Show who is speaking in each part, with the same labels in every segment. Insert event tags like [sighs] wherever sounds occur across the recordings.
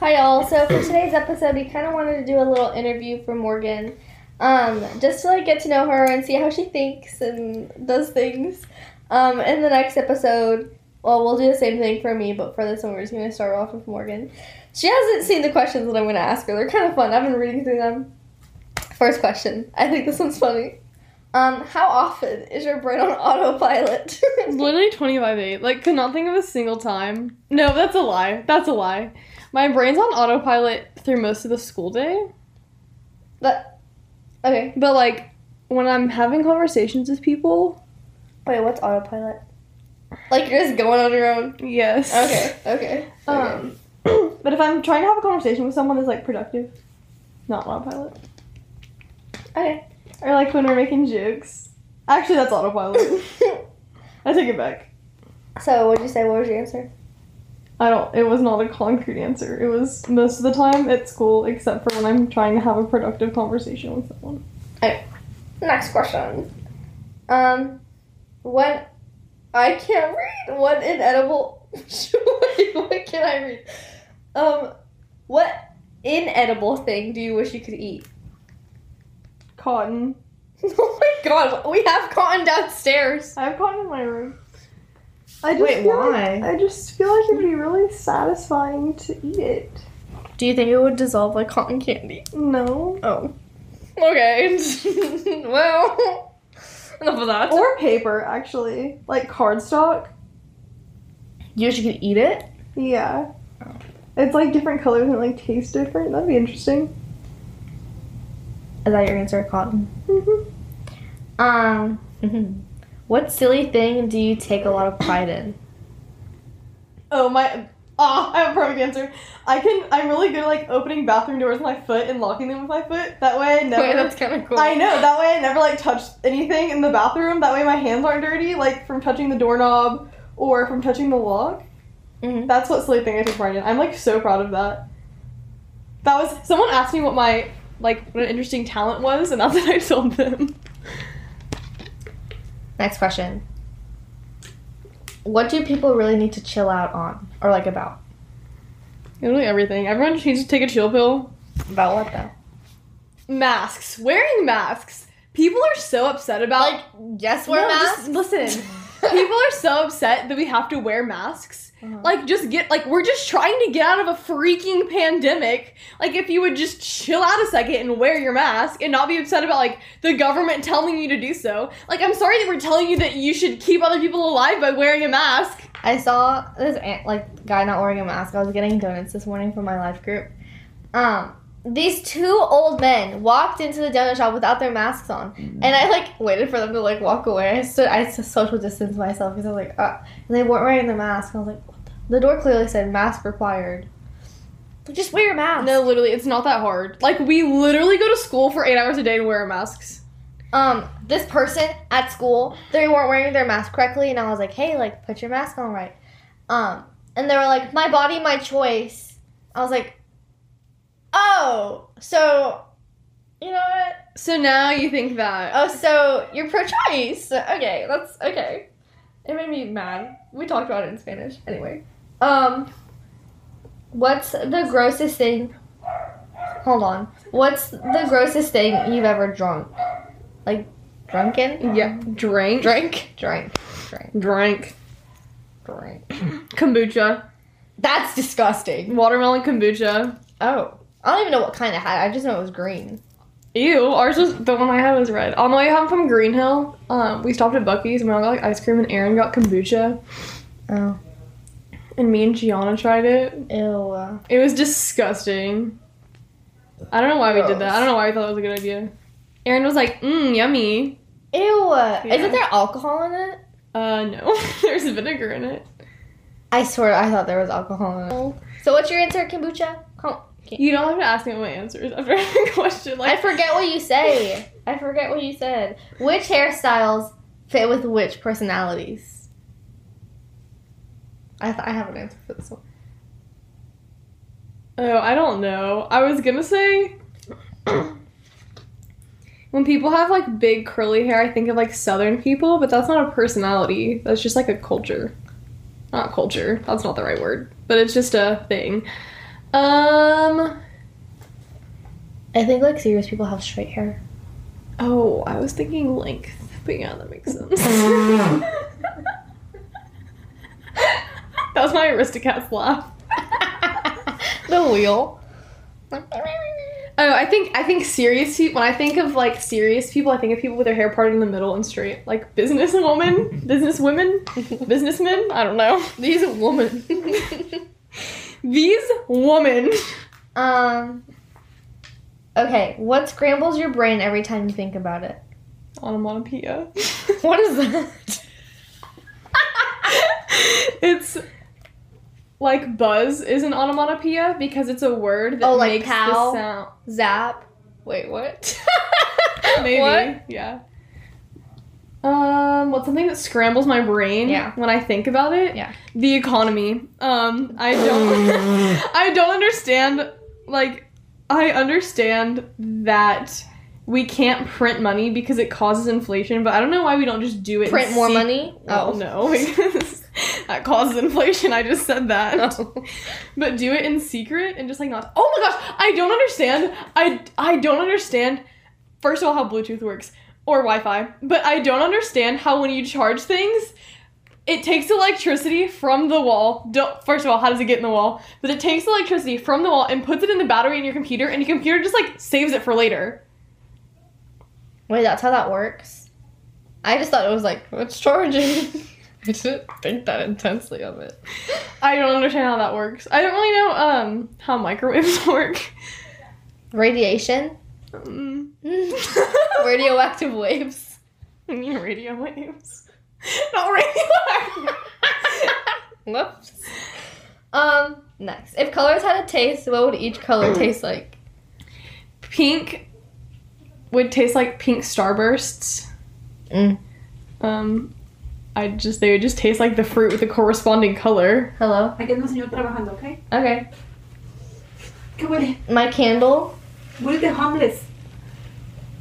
Speaker 1: Hi, all. So for today's episode, we kind of wanted to do a little interview for Morgan, um, just to like get to know her and see how she thinks and does things. Um, in the next episode, well, we'll do the same thing for me, but for this one, we're just gonna start off with Morgan. She hasn't seen the questions that I'm gonna ask her. They're kind of fun. I've been reading through them. First question. I think this one's funny. Um, how often is your brain on autopilot? [laughs]
Speaker 2: Literally 25 8. Like, could not think of a single time. No, that's a lie. That's a lie. My brain's on autopilot through most of the school day.
Speaker 1: but, okay.
Speaker 2: But, like, when I'm having conversations with people,
Speaker 1: Wait, what's autopilot? Like you're just going on your own.
Speaker 2: yes.
Speaker 1: Okay, okay. okay.
Speaker 2: Um, [clears throat] but if I'm trying to have a conversation with someone that's, like, productive, not autopilot.
Speaker 1: Okay.
Speaker 2: Or, like, when we're making jokes. Actually,
Speaker 3: [laughs]
Speaker 2: that's autopilot. I take it back.
Speaker 1: [laughs] so what'd you say? What was your answer?
Speaker 2: I don't, it was not a concrete answer. It was most of the time at school, except for when I'm trying to have a productive conversation with someone.
Speaker 1: Next question. Um, when I can't read, what inedible? [laughs] Wait, what can I read? Um, what inedible thing do you wish you could eat? [laughs]
Speaker 2: Cotton.
Speaker 1: oh my god, we have cotton downstairs.
Speaker 2: I have cotton in my room. I just
Speaker 3: Wait,
Speaker 2: feel like-
Speaker 3: why?
Speaker 2: I just feel like it'd be really satisfying to eat it.
Speaker 1: Do you think it would dissolve like cotton candy?
Speaker 2: No.
Speaker 1: Oh. Okay. [laughs] well, enough of that.
Speaker 2: Or paper, actually. Like cardstock.
Speaker 3: You wish you could eat it?
Speaker 2: Yeah. It's like different colors and it, like tastes different. That'd be interesting.
Speaker 3: Is that your answer, Cotton?
Speaker 2: Mhm.
Speaker 3: Um, what silly thing do you take a lot of pride in?
Speaker 2: oh my. Ah, [laughs] I have a perfect answer. I can. I'm really good at like opening bathroom doors with my foot and locking them with my foot. That way I
Speaker 1: [laughs]
Speaker 2: never.
Speaker 1: Wait, that's kind of cool.
Speaker 2: I know. That way, I never like touch anything in the bathroom. That way, my hands aren't dirty, like from touching the doorknob or from touching the lock.
Speaker 3: Mhm.
Speaker 2: That's what silly thing I took part in. I'm like so proud of that. That was someone asked me what my like what an interesting talent was, and [laughs] that's what I told them.
Speaker 3: Next question. What do people really need to chill out on or like about?
Speaker 2: Literally everything. Everyone just needs to take a chill pill.
Speaker 3: About what though?
Speaker 2: Masks. Wearing masks. People are so upset about
Speaker 3: Like yes,
Speaker 2: No,
Speaker 3: we're
Speaker 2: just listen. people are so upset that we have to wear masks.
Speaker 3: Uh-huh.
Speaker 2: Like, just get, like, we're just trying to get out of a freaking pandemic. Like, if you would just chill out a second and wear your mask and not be upset about, like, the government telling you to do so. Like, I'm sorry that we're telling you that you should keep other people alive by wearing a mask.
Speaker 3: I saw this aunt, like guy not wearing a mask. I was getting donuts this morning for my life group. Um, these two old men walked into the donut shop without their masks on, and I like waited for them to like walk away. I stood, I s- social distanced myself because I was like, uh, and they weren't wearing their mask. I was like, what the? the door clearly said mask required. Like, Just wear your mask.
Speaker 2: No, literally, it's not that hard. Like, we literally go to school for eight hours a day and wear our masks.
Speaker 3: um, this person at school, they weren't wearing their mask correctly, and I was like, hey, like, put your mask on right. Um, and they were like, my body, my choice. I was like, oh, so, you know what?
Speaker 2: So now you think that.
Speaker 3: Oh, so you're pro choice. Okay, that's okay. It made me mad. We talked about it in Spanish. Anyway. Um, what's the grossest thing? Hold on. What's the grossest thing you've ever drunk? Like, drunken?
Speaker 2: oh, yeah. Drink.
Speaker 3: Drink, drink, drink,
Speaker 2: Drink.
Speaker 3: drink.
Speaker 2: Kombucha.
Speaker 3: That's disgusting.
Speaker 2: Watermelon kombucha.
Speaker 3: Oh, I don't even know what kind of hat. I just know it was green.
Speaker 2: Ew, ours was the one I had was red. On the way home from Green Hill, um, we stopped at Bucky's and we all got like ice cream and Aaron got kombucha
Speaker 3: Oh,
Speaker 2: and me and Gianna tried it.
Speaker 3: ew.
Speaker 2: It was disgusting. I don't know why we did that. I don't know why we thought that was a good idea. Aaron was like, mmm, yummy.
Speaker 3: Ew. Isn't there alcohol in it?
Speaker 2: Uh no. [laughs] There's vinegar in it.
Speaker 3: I swear, I thought there was alcohol in it. So what's your answer, kombucha? Com-
Speaker 2: You don't have to ask me what my answer is after every [laughs] question.
Speaker 3: I
Speaker 2: Like
Speaker 3: forget what you say. I forget what you said. Which hairstyles fit with which personalities? I th- I have an answer for this one.
Speaker 2: Oh, I don't know. I was gonna say [coughs] when people have like big curly hair, I think of like southern people, but that's not a personality. That's just like a culture. Not culture. That's not the right word. But it's just a thing. Um.
Speaker 3: I think like serious people have straight hair.
Speaker 2: Oh, I was thinking length, but yeah, that makes sense. [laughs] that was my Aristocats laugh.
Speaker 3: [laughs]
Speaker 2: [laughs]
Speaker 3: The [laughs] wheel.
Speaker 2: Oh, I think I think serious people. When I think of like serious people, I think of people with their hair parted in the middle and straight, like business
Speaker 3: [laughs]
Speaker 2: woman, business women, businessmen. I don't know.
Speaker 3: These woman.
Speaker 2: [laughs] These women.
Speaker 3: um. Okay, what scrambles your brain every time you think about it?
Speaker 2: Onomatopoeia.
Speaker 3: [laughs] What is that?
Speaker 2: it's like buzz is an onomatopoeia because it's a word that
Speaker 3: Oh, like
Speaker 2: makes
Speaker 3: pow?
Speaker 2: the sound.
Speaker 3: [laughs] [laughs] Zap.
Speaker 2: Wait, what? [laughs]
Speaker 3: [laughs]
Speaker 2: Maybe.
Speaker 3: What?
Speaker 2: Yeah. Um, what's something that scrambles my brain
Speaker 3: Yeah.
Speaker 2: when I think about it?
Speaker 3: Yeah.
Speaker 2: The economy. Um, I don't I don't understand like I understand that we can't print money because it causes inflation, but I don't know why we don't just do it and
Speaker 3: Print more
Speaker 2: see-
Speaker 3: money. Oh.
Speaker 2: well, Oh, no, [laughs] because that causes inflation. I just said that.
Speaker 3: Oh.
Speaker 2: [laughs] But do it in secret and just like not. Oh my gosh, I don't understand. I I don't understand. First of all, how Bluetooth works or Wi-Fi, but I don't understand how when you charge things. It takes electricity from the wall. Don't, first of all, how does it get in the wall? But it takes electricity from the wall and puts it in the battery in your computer, and your computer just like saves it for later.
Speaker 3: Wait, that's how that works? I just thought it was like, it's charging. [laughs] I didn't think that intensely of it.
Speaker 2: I don't understand how that works. I don't really know um, how microwaves [laughs] work.
Speaker 3: [laughs] Radiation?
Speaker 2: Um,
Speaker 3: [laughs] Radioactive waves.
Speaker 2: I mean radio waves. Not radio.
Speaker 3: [laughs] [laughs] Whoops. Um, next. If colors had a taste, what would each color taste like?
Speaker 2: pink would taste like pink starbursts.
Speaker 3: Mm.
Speaker 2: Um, I just they would just taste like the fruit with the corresponding color.
Speaker 3: Hello?
Speaker 4: Aquí anda el señor trabajando, ¿ok?
Speaker 3: Okay.
Speaker 4: ¿Qué huele?
Speaker 3: My candle?
Speaker 4: Huele de homeless.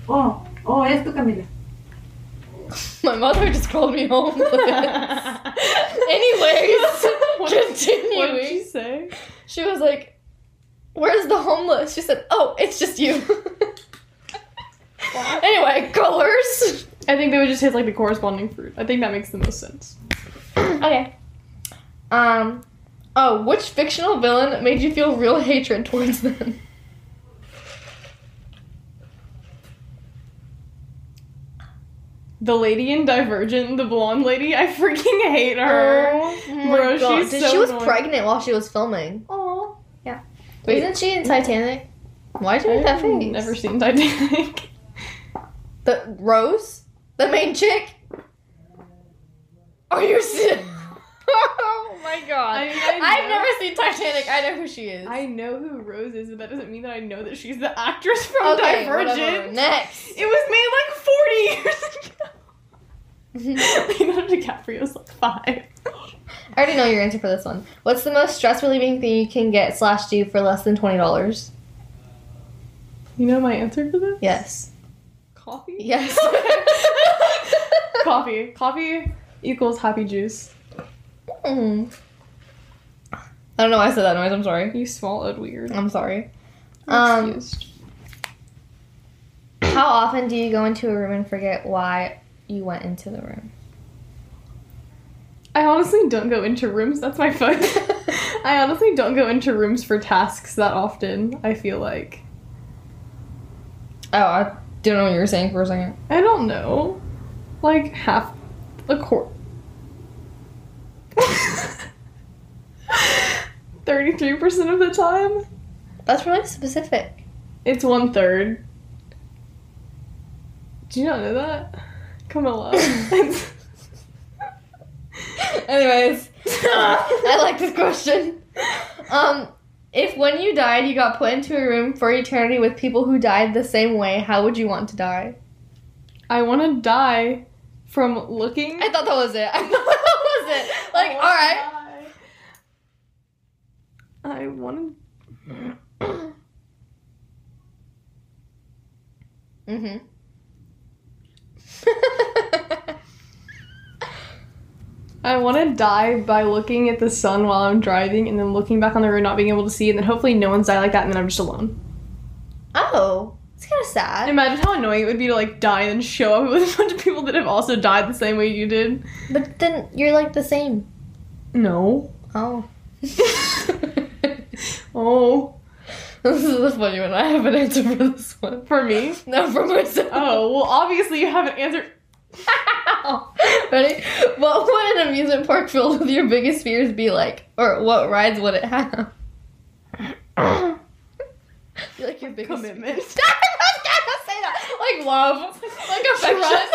Speaker 4: Oh, oh, esto, Camila.
Speaker 3: My mother just called me
Speaker 4: [laughs]
Speaker 3: home. Anyways,
Speaker 2: What- What did she
Speaker 3: continuing.
Speaker 2: say?
Speaker 3: She was like, Where's the homeless? She said, Oh, it's just you. anyway, colors.
Speaker 2: I think they would just taste like the corresponding fruit. I think that makes the most sense.
Speaker 3: Okay. Um. Oh, which fictional villain made you feel real hatred towards them?
Speaker 2: The lady in Divergent, the blonde lady, I freaking hate her.
Speaker 3: Oh.
Speaker 2: Bro, she's
Speaker 3: Dude,
Speaker 2: so
Speaker 3: she was
Speaker 2: annoying.
Speaker 3: pregnant while she was filming.
Speaker 2: Aw. Wait.
Speaker 3: Isn't she in Titanic? Why did you make that
Speaker 2: I've
Speaker 3: face?
Speaker 2: never seen Titanic.
Speaker 3: [laughs] The Rose, the main chick. Are you
Speaker 2: [laughs]
Speaker 3: serious? oh my god!
Speaker 2: I
Speaker 3: I
Speaker 2: mean, I
Speaker 3: have
Speaker 2: know-
Speaker 3: never seen Titanic. I know who she is.
Speaker 2: I know who Rose is, but that doesn't mean that I know that she's the actress from
Speaker 3: okay,
Speaker 2: Divergent.
Speaker 3: whatever. Next.
Speaker 2: It was made like 40
Speaker 3: [laughs]
Speaker 2: years ago. Leonardo DiCaprio's like five.
Speaker 3: I already know your answer for this one. What's the most stress relieving thing you can get slash do for less than twenty dollars?
Speaker 2: You know my answer for this?
Speaker 3: Yes.
Speaker 2: Coffee?
Speaker 3: Yes.
Speaker 2: [laughs]
Speaker 3: [laughs]
Speaker 2: Coffee. Coffee equals happy juice.
Speaker 3: Mm. I don't know why I said that noise. I'm sorry.
Speaker 2: You swallowed weird.
Speaker 3: I'm [clears throat] sorry.
Speaker 2: I'm
Speaker 3: Um,
Speaker 2: excused.
Speaker 3: How often do you go into a room and forget why you went into the [laughs] room?
Speaker 2: I honestly don't go into rooms. That's my
Speaker 3: [laughs]
Speaker 2: phone. I honestly don't go into rooms for tasks that often, I feel like.
Speaker 3: Oh, I didn't know what you were saying for a second.
Speaker 2: I don't know. Like half a [laughs] quarter. 33% of the time?
Speaker 3: That's really [laughs] specific.
Speaker 2: It's one third. Do you not know that?
Speaker 3: [laughs]
Speaker 2: Camilla.
Speaker 3: Anyways, I like this question. Um, if when you died you got put into a room for eternity with people who died the same way, how would you want to die?
Speaker 2: I want to die from looking.
Speaker 3: I thought that was it. [laughs] I thought that was it. Like, all right.
Speaker 2: I want to.
Speaker 3: Mm-hmm.
Speaker 2: I want to die by looking at the sun while I'm driving and then looking back on the road, not being able to see, and then hopefully no one's died like that, and then I'm just alone.
Speaker 3: [laughs] Oh, it's kind of sad.
Speaker 2: Imagine how annoying it would be to like die and show up with a bunch of people that have also died the same way you did.
Speaker 3: But then you're like the same.
Speaker 2: No.
Speaker 3: [laughs] Oh.
Speaker 2: Oh,
Speaker 3: This is the funny one. I have an answer for this one. [laughs]
Speaker 2: for me?
Speaker 3: No, for myself.
Speaker 2: Oh, well, obviously you haven't answered.
Speaker 3: [laughs] Ready? What would an amusement park filled with your biggest fears be like? Or what rides would it have? [laughs] You're like your biggest [laughs] I
Speaker 2: Commitment.
Speaker 3: was gonna say that. Like love. Like affection.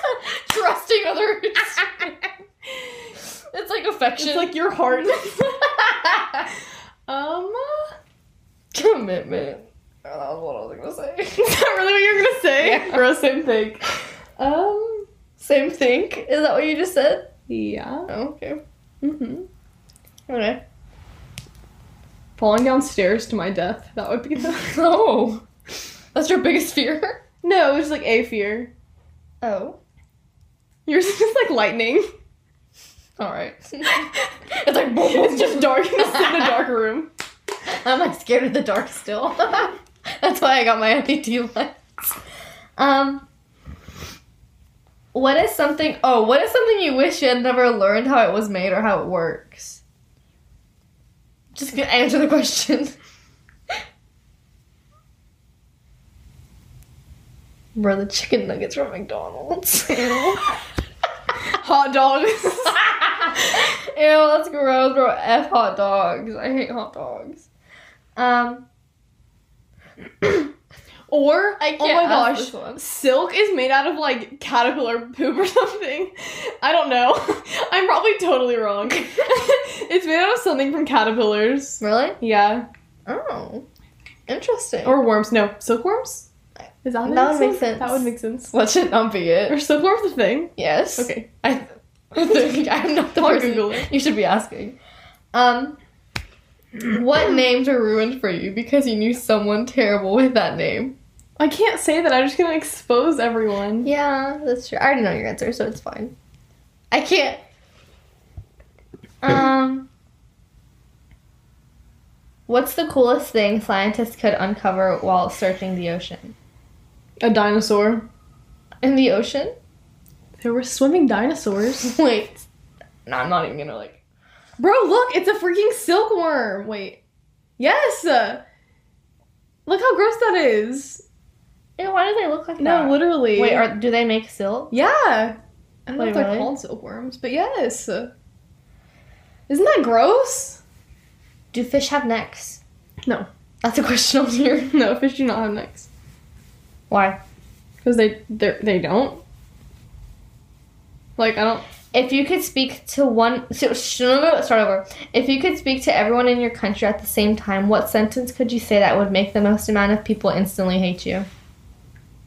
Speaker 3: [laughs] Trusting
Speaker 2: [laughs]
Speaker 3: others. it's like affection.
Speaker 2: It's like your heart. um,
Speaker 3: [laughs]
Speaker 2: [laughs]
Speaker 3: commitment. Oh, that was what I was gonna say. [laughs]
Speaker 2: is that really what you're gonna say? [laughs]
Speaker 3: Yeah.
Speaker 2: Bro, same thing. Um,
Speaker 3: Same thing. Is that what you just said?
Speaker 2: yeah.
Speaker 3: Oh, okay.
Speaker 2: Mm-hmm.
Speaker 3: Okay.
Speaker 2: Falling downstairs to my death. That would be
Speaker 3: [laughs]
Speaker 2: the.
Speaker 3: Oh. That's your biggest fear?
Speaker 2: No, it was like a fear.
Speaker 3: Oh.
Speaker 2: Yours is just like lightning. [laughs]
Speaker 3: Alright.
Speaker 2: it's like it's just darkness in a dark [laughs] room.
Speaker 3: I'm like scared of the dark still. [laughs] That's why I got my [laughs] LED lights. Um What is something oh, what is something you wish you had never learned how it was made or how it works? Just gonna answer the question. [laughs] Bro, the chicken nuggets from McDonald's.
Speaker 2: Hot
Speaker 3: [laughs]
Speaker 2: dogs.
Speaker 3: Ew, that's gross, bro. F hot dogs. I hate hot dogs.
Speaker 2: [coughs]
Speaker 3: Um,
Speaker 2: or
Speaker 3: I can't
Speaker 2: oh my
Speaker 3: ask
Speaker 2: gosh,
Speaker 3: this one.
Speaker 2: silk is made out of like caterpillar poop or [laughs] something. I don't know. [laughs] I'm probably totally wrong. [laughs] it's made out of something from caterpillars.
Speaker 3: really?
Speaker 2: Yeah,
Speaker 3: Oh, interesting.
Speaker 2: or worms. No, silkworms. Is that, what
Speaker 3: That
Speaker 2: it
Speaker 3: would make
Speaker 2: is?
Speaker 3: sense.
Speaker 2: That would make sense.
Speaker 3: that should not be
Speaker 2: Are
Speaker 3: it.
Speaker 2: silkworms a thing?
Speaker 3: Yes.
Speaker 2: Okay.
Speaker 3: I, [laughs] I think I'm not the
Speaker 2: I'll
Speaker 3: person
Speaker 2: Google it.
Speaker 3: you should be asking. Um, what names are ruined for you because you knew someone terrible with that name?
Speaker 2: I can't say that. I'm just gonna expose everyone.
Speaker 3: Yeah, that's true. I already know your answer, so it's fine. I can't. Um. What's the coolest thing scientists could uncover while searching the ocean?
Speaker 2: A dinosaur.
Speaker 3: In the ocean? [laughs]
Speaker 2: There were swimming dinosaurs.
Speaker 3: Wait. No, I'm not even gonna like.
Speaker 2: Bro, look, it's a freaking silkworm. Wait. Yes. uh, Look how gross that is.
Speaker 3: Ew, why do they look like
Speaker 2: No,
Speaker 3: that?
Speaker 2: literally.
Speaker 3: Wait, are, do they make silk?
Speaker 2: yeah. I don't know
Speaker 3: Wait,
Speaker 2: if they're
Speaker 3: really?
Speaker 2: called silkworms, but yes. Isn't that [laughs] gross?
Speaker 3: Do fish have necks?
Speaker 2: No.
Speaker 3: That's a question on here.
Speaker 2: No, fish do not have necks
Speaker 3: Why?
Speaker 2: because they they they don't. Like I don't.
Speaker 3: If you could speak to one, so sh- no, no, no, start over. If you could speak to everyone in your country at the same time, what sentence could you say that would make the most amount of people instantly hate you?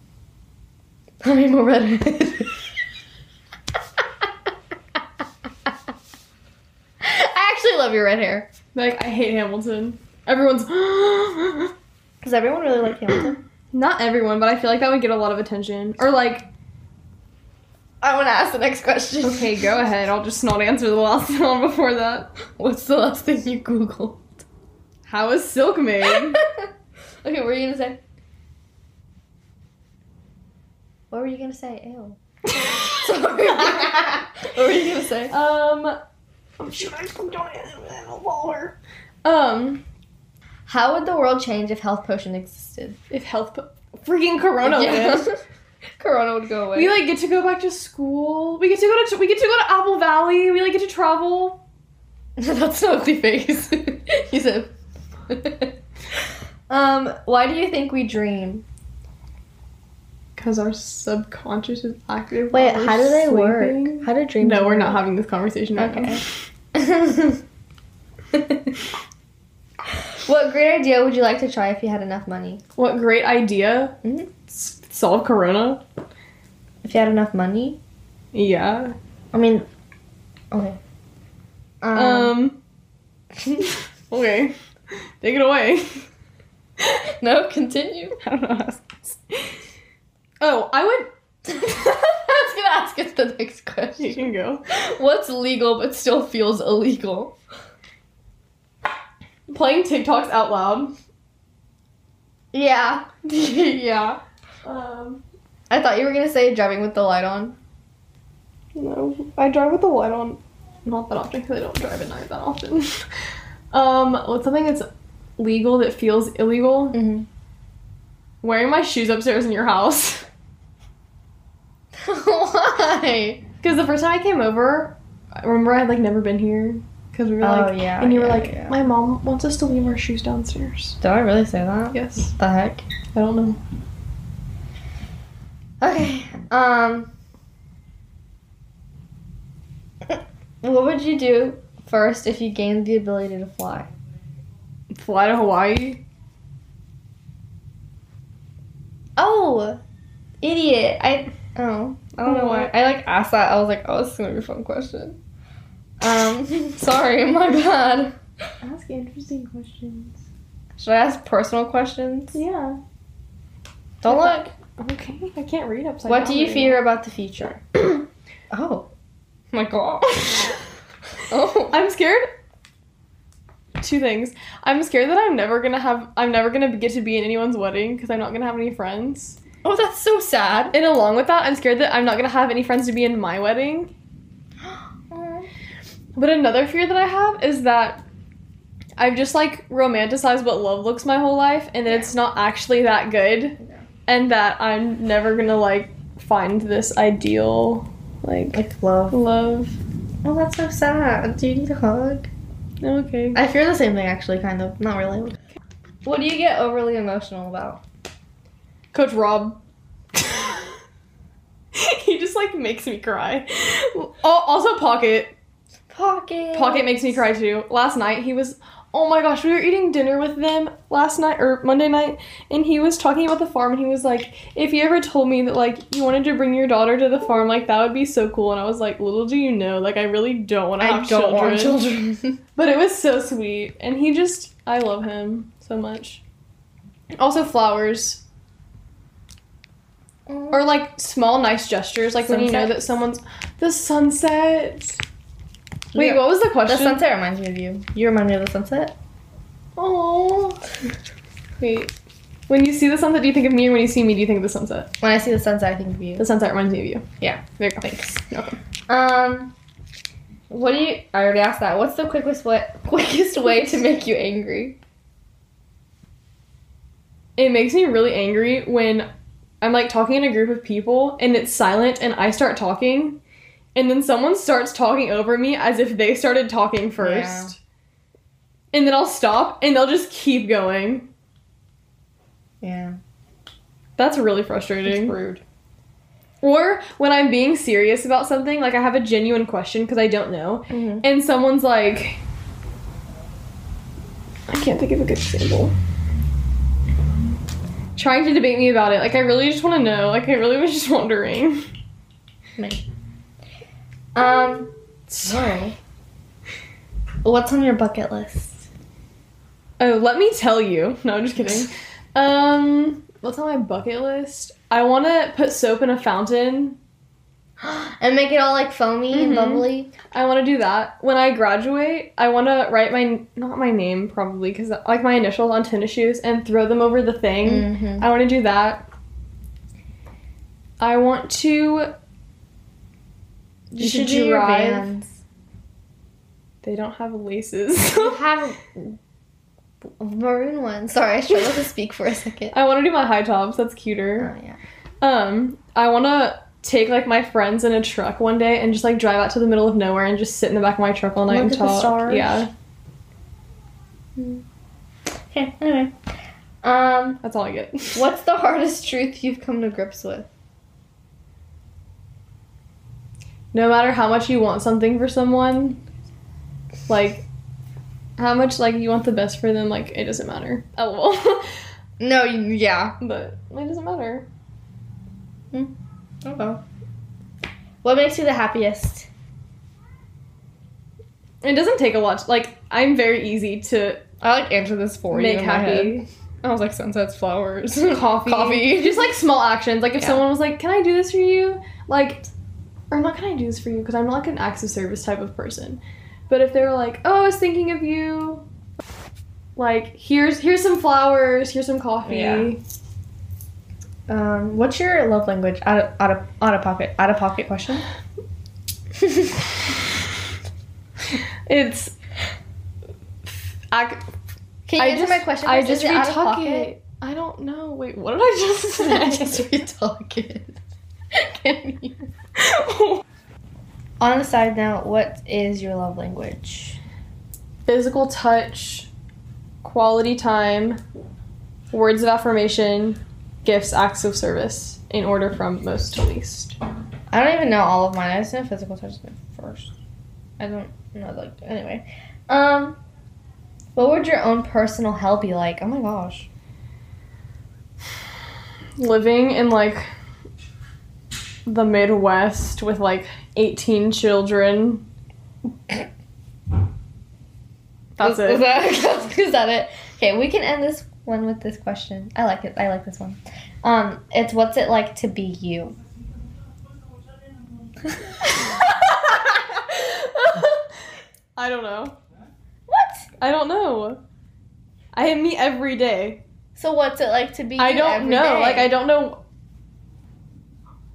Speaker 3: [laughs] I'm a [laughs] redhead. I actually love your red hair.
Speaker 2: Like I hate Hamilton. Everyone's. [gasps]
Speaker 3: Does everyone really like Hamilton?
Speaker 2: not everyone, but I feel like that would get a lot of attention. Or like,
Speaker 3: I want to ask the next question.
Speaker 2: okay, go ahead. I'll just not answer the last [laughs] one before that.
Speaker 3: [laughs] What's the last thing you Googled?
Speaker 2: How is silk made?
Speaker 3: [laughs] okay, what were you gonna say? What were you gonna say? Ew.
Speaker 2: [laughs]
Speaker 3: Sorry. what were you gonna say?
Speaker 2: um,
Speaker 4: I'm sure I don't have a waller.
Speaker 2: um,
Speaker 3: How would the world change if health potion existed?
Speaker 2: if health, po- freaking Corona
Speaker 3: Yeah.
Speaker 2: wins.
Speaker 3: [laughs] Corona would go away.
Speaker 2: [laughs] We like get to go back to school. We get to go to we get to go to Apple Valley. We like get to travel.
Speaker 3: That's an ugly face. you said. [laughs] um, why do you think we dream?
Speaker 2: Cause our subconscious is active.
Speaker 3: Wait,
Speaker 2: while we're
Speaker 3: how do they
Speaker 2: sleeping.
Speaker 3: work? How do dreams?
Speaker 2: No, we're not having this conversation. Right
Speaker 3: Okay.
Speaker 2: Now.
Speaker 3: [laughs] what great idea would you like to try if you had enough money?
Speaker 2: What great idea?
Speaker 3: Mhm.
Speaker 2: S- solve Corona.
Speaker 3: If you had enough money?
Speaker 2: Yeah.
Speaker 3: I mean, okay. Um,
Speaker 2: Um. [laughs] okay. Take it away.
Speaker 3: [laughs] no, [laughs] continue.
Speaker 2: I don't know. How to... [laughs] Oh, I would.
Speaker 3: I was gonna ask if the the next
Speaker 2: You
Speaker 3: question.
Speaker 2: can go.
Speaker 3: What's legal but still feels illegal?
Speaker 2: Playing TikToks out loud.
Speaker 3: Yeah. [laughs] yeah.
Speaker 2: Um,
Speaker 3: I thought you were gonna say driving with the light on.
Speaker 2: no, I drive with the light on not that often because I don't drive at night that often. [laughs] um, what's something that's legal that feels illegal?
Speaker 3: Mm-hmm.
Speaker 2: Wearing my shoes upstairs in your house.
Speaker 3: [laughs]
Speaker 2: [laughs]
Speaker 3: Why?
Speaker 2: Because the first time I came over, I remember I had like never been here. Because we were like,
Speaker 3: Oh, yeah.
Speaker 2: and you were
Speaker 3: yeah,
Speaker 2: like,
Speaker 3: yeah.
Speaker 2: my mom wants us to leave our shoes downstairs.
Speaker 3: Did I really say that?
Speaker 2: Yes.
Speaker 3: The heck?
Speaker 2: I don't know.
Speaker 3: Okay. Um. [laughs] What would you do first if you gained the ability to fly?
Speaker 2: Fly to Hawaii.
Speaker 3: Oh, idiot! I oh I don't know why I like asked that. I was like, oh, this is gonna be a fun question. Um, [laughs] sorry, my bad.
Speaker 2: Ask interesting questions.
Speaker 3: Should I ask personal questions?
Speaker 2: Yeah.
Speaker 3: Don't look.
Speaker 2: Okay. I can't read upside
Speaker 3: What
Speaker 2: down
Speaker 3: do you
Speaker 2: very
Speaker 3: fear about the future? [clears throat] oh, [laughs] my [laughs] god.
Speaker 2: well.
Speaker 3: oh,
Speaker 2: I'm scared. Two things. I'm scared that I'm never gonna have. I'm never gonna get to be in anyone's wedding because I'm not gonna have any friends.
Speaker 3: oh, that's so [gasps] sad.
Speaker 2: And along with that, I'm scared that I'm not gonna have any friends to be in my wedding. But another fear that I have is that I've just like romanticized what love looks my whole life and that it's not actually that good
Speaker 3: Yeah.
Speaker 2: and that I'm never gonna like find this ideal like
Speaker 3: Like love.
Speaker 2: love.
Speaker 3: Oh, that's so sad. Do you need a hug?
Speaker 2: Okay.
Speaker 3: I fear the same thing, actually, kind of. Not really. What do you get overly emotional about?
Speaker 2: Coach Rob. [laughs] he just like makes me cry. Oh, also Pocket.
Speaker 3: Pocket.
Speaker 2: Pocket makes me cry too. Last night he was oh my gosh, we were eating dinner with them last night or Monday night and he was talking about the farm and he was like, if you ever told me that like you wanted to bring your daughter to the farm, like that would be so cool and I was like, Little do you know, like I really don't want to
Speaker 3: I
Speaker 2: have
Speaker 3: don't
Speaker 2: children.
Speaker 3: want [laughs] children.
Speaker 2: But it was so sweet and he just I love him so much. Also flowers. Or like small nice gestures, like when you know
Speaker 3: Sunset.
Speaker 2: that someone's the sunset. Wait,
Speaker 3: Yeah.
Speaker 2: what was the
Speaker 3: the
Speaker 2: question?
Speaker 3: sunset reminds me of you. You remind me of the sunset.
Speaker 2: Oh. Wait. When you see the sunset, do you think of me? Or when you see me, do you think of the sunset?
Speaker 3: When I see the sunset, I think of you.
Speaker 2: The sunset reminds me of you.
Speaker 3: Yeah.
Speaker 2: There you go.
Speaker 3: Thanks.
Speaker 2: Okay.
Speaker 3: Um, what do you? I already asked that. What's the quickest way? [laughs] Quickest way to make you angry?
Speaker 2: It makes me really angry when I'm like talking in a group of people and it's silent and I start talking and then someone starts talking over me as if they started talking first. And then I'll stop and they'll just keep going.
Speaker 3: Yeah.
Speaker 2: That's really frustrating.
Speaker 3: rude.
Speaker 2: Or when I'm being serious about something, like I have a genuine question because I don't know,
Speaker 3: Mm-hmm.
Speaker 2: and someone's like I can't think of a good example. Trying to debate me about it. Like I really just want to know. Like I really was just wondering.
Speaker 3: Um.
Speaker 2: Sorry.
Speaker 3: What's on your bucket list? [gasps]
Speaker 2: Oh, let me tell you. No, I'm just kidding. Um, what's on my bucket list? I want to put soap in a fountain.
Speaker 3: And make it all like foamy and
Speaker 2: Mhm.
Speaker 3: bubbly.
Speaker 2: I want to do that. When I graduate, I want to write my not my name probably cuz like my initials on tennis shoes and throw them over the thing.
Speaker 3: Mm-hmm.
Speaker 2: I want to do that. I want to.
Speaker 3: You should do your bands.
Speaker 2: They don't have laces. [laughs]
Speaker 3: You have a maroon one. Sorry, I struggled to speak for a [laughs] second.
Speaker 2: I want to do my high tops. That's
Speaker 3: Oh
Speaker 2: cuter.
Speaker 3: yeah.
Speaker 2: Um, I want to take like my friends in a truck one day and just like drive out to the middle of nowhere and just sit in the back of my truck all
Speaker 3: Look
Speaker 2: night and
Speaker 3: at the
Speaker 2: talk.
Speaker 3: stars.
Speaker 2: Yeah,
Speaker 3: Okay. Anyway. Um.
Speaker 2: that's all I get.
Speaker 3: What's the hardest truth you've come to grips with?
Speaker 2: no matter how much you want something for someone, like how much like you want the best for them, like it doesn't matter. Oh well, [laughs]
Speaker 3: No. you- Yeah.
Speaker 2: but it doesn't matter.
Speaker 3: Oh well. What makes you the happiest?
Speaker 2: It doesn't take a lot. to- Like I'm very easy to
Speaker 3: I like answer this for
Speaker 2: make happy.
Speaker 3: I was like sunsets, flowers,
Speaker 2: [laughs] Coffee. Just like small actions. Like if
Speaker 3: Yeah.
Speaker 2: someone was like, "Can I do this for you?" Like or not can I do this for you? Because I'm not like an acts of service type of person. But if they were like, oh, I was thinking of you, like here's here's some flowers, here's some coffee.
Speaker 4: Yeah.
Speaker 3: [laughs] Um, what's your love language? Out of out of out of pocket out of pocket [laughs] question.
Speaker 2: It's. I,
Speaker 1: Can you
Speaker 2: I
Speaker 1: answer
Speaker 2: just
Speaker 1: my question?
Speaker 2: I
Speaker 1: first?
Speaker 2: just
Speaker 1: Is it out of
Speaker 2: retuck
Speaker 1: pocket?
Speaker 2: it. I don't know. Wait, what did
Speaker 3: [laughs]
Speaker 2: I just say?
Speaker 1: [laughs]
Speaker 3: talking.
Speaker 2: Can you?
Speaker 3: [laughs] On a side note, what is your love language?
Speaker 2: Physical touch, quality time, words of affirmation, gifts, acts of service, in order from most to least.
Speaker 3: I don't even know all of mine. I just know physical touch is my first. I don't know like anyway. Um, what would your own personal hell be like? Oh my gosh.
Speaker 2: Living in like the Midwest with like 18 children. That's
Speaker 3: Is- is
Speaker 2: it.
Speaker 3: that- [laughs] is that it? Okay, we can end this one with this question. I like it. I like this one. Um, it's what's it like to be you? [laughs]
Speaker 2: [laughs] I don't know.
Speaker 3: What?
Speaker 2: I don't know. I meet every day.
Speaker 3: So what's it like to be?
Speaker 2: I
Speaker 3: you
Speaker 2: don't
Speaker 3: every
Speaker 2: know.
Speaker 3: day?
Speaker 2: Like I don't know.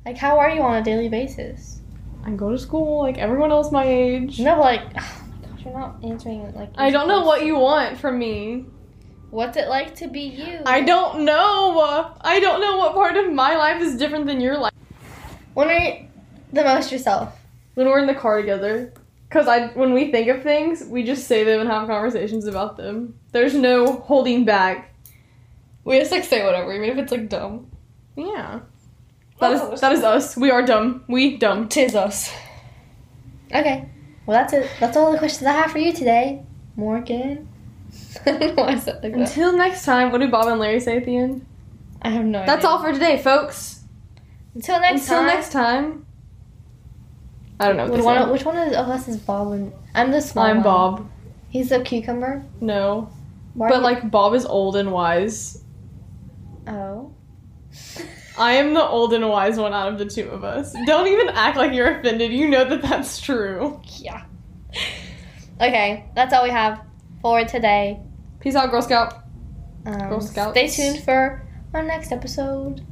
Speaker 3: like how are you on a daily basis?
Speaker 2: I go to school like everyone else my age.
Speaker 3: No, like [sighs] oh my gosh, you're not answering like.
Speaker 2: I don't know what you want from me.
Speaker 3: What's it like to be you?
Speaker 2: I don't know. I don't know what part of my life is different than your life.
Speaker 3: When are you the most yourself?
Speaker 2: When we're in the car together, because I when we think of things, we just say them and have conversations about them. There's no holding back.
Speaker 3: We just like say whatever, even if it's like dumb.
Speaker 2: Yeah. That is that is us. We are dumb. We dumb.
Speaker 3: Tis us. Okay. Well, that's it. That's all the questions I have for you today, Morgan. [laughs] I don't know why I said it like that.
Speaker 2: Until next time, what do Bob and Larry say at the end?
Speaker 3: I have no idea.
Speaker 2: That's all for today, folks.
Speaker 3: Until next
Speaker 2: Until
Speaker 3: time.
Speaker 2: next time. I don't know what
Speaker 3: Which
Speaker 2: they
Speaker 3: one,
Speaker 2: say.
Speaker 3: which one of us is Bob? And I'm the small
Speaker 2: I'm
Speaker 3: one.
Speaker 2: Bob.
Speaker 3: He's the cucumber.
Speaker 2: No.
Speaker 3: Why are
Speaker 2: But
Speaker 3: you-
Speaker 2: like Bob is old and wise.
Speaker 3: oh,
Speaker 2: I am the old and wise one out of the two of us. Don't even act like you're offended. You know that that's true.
Speaker 3: yeah. [laughs] okay, that's all we have for today.
Speaker 2: Peace out, Girl Scout.
Speaker 3: Um,
Speaker 2: Girl Scouts.
Speaker 3: Stay tuned for our next episode.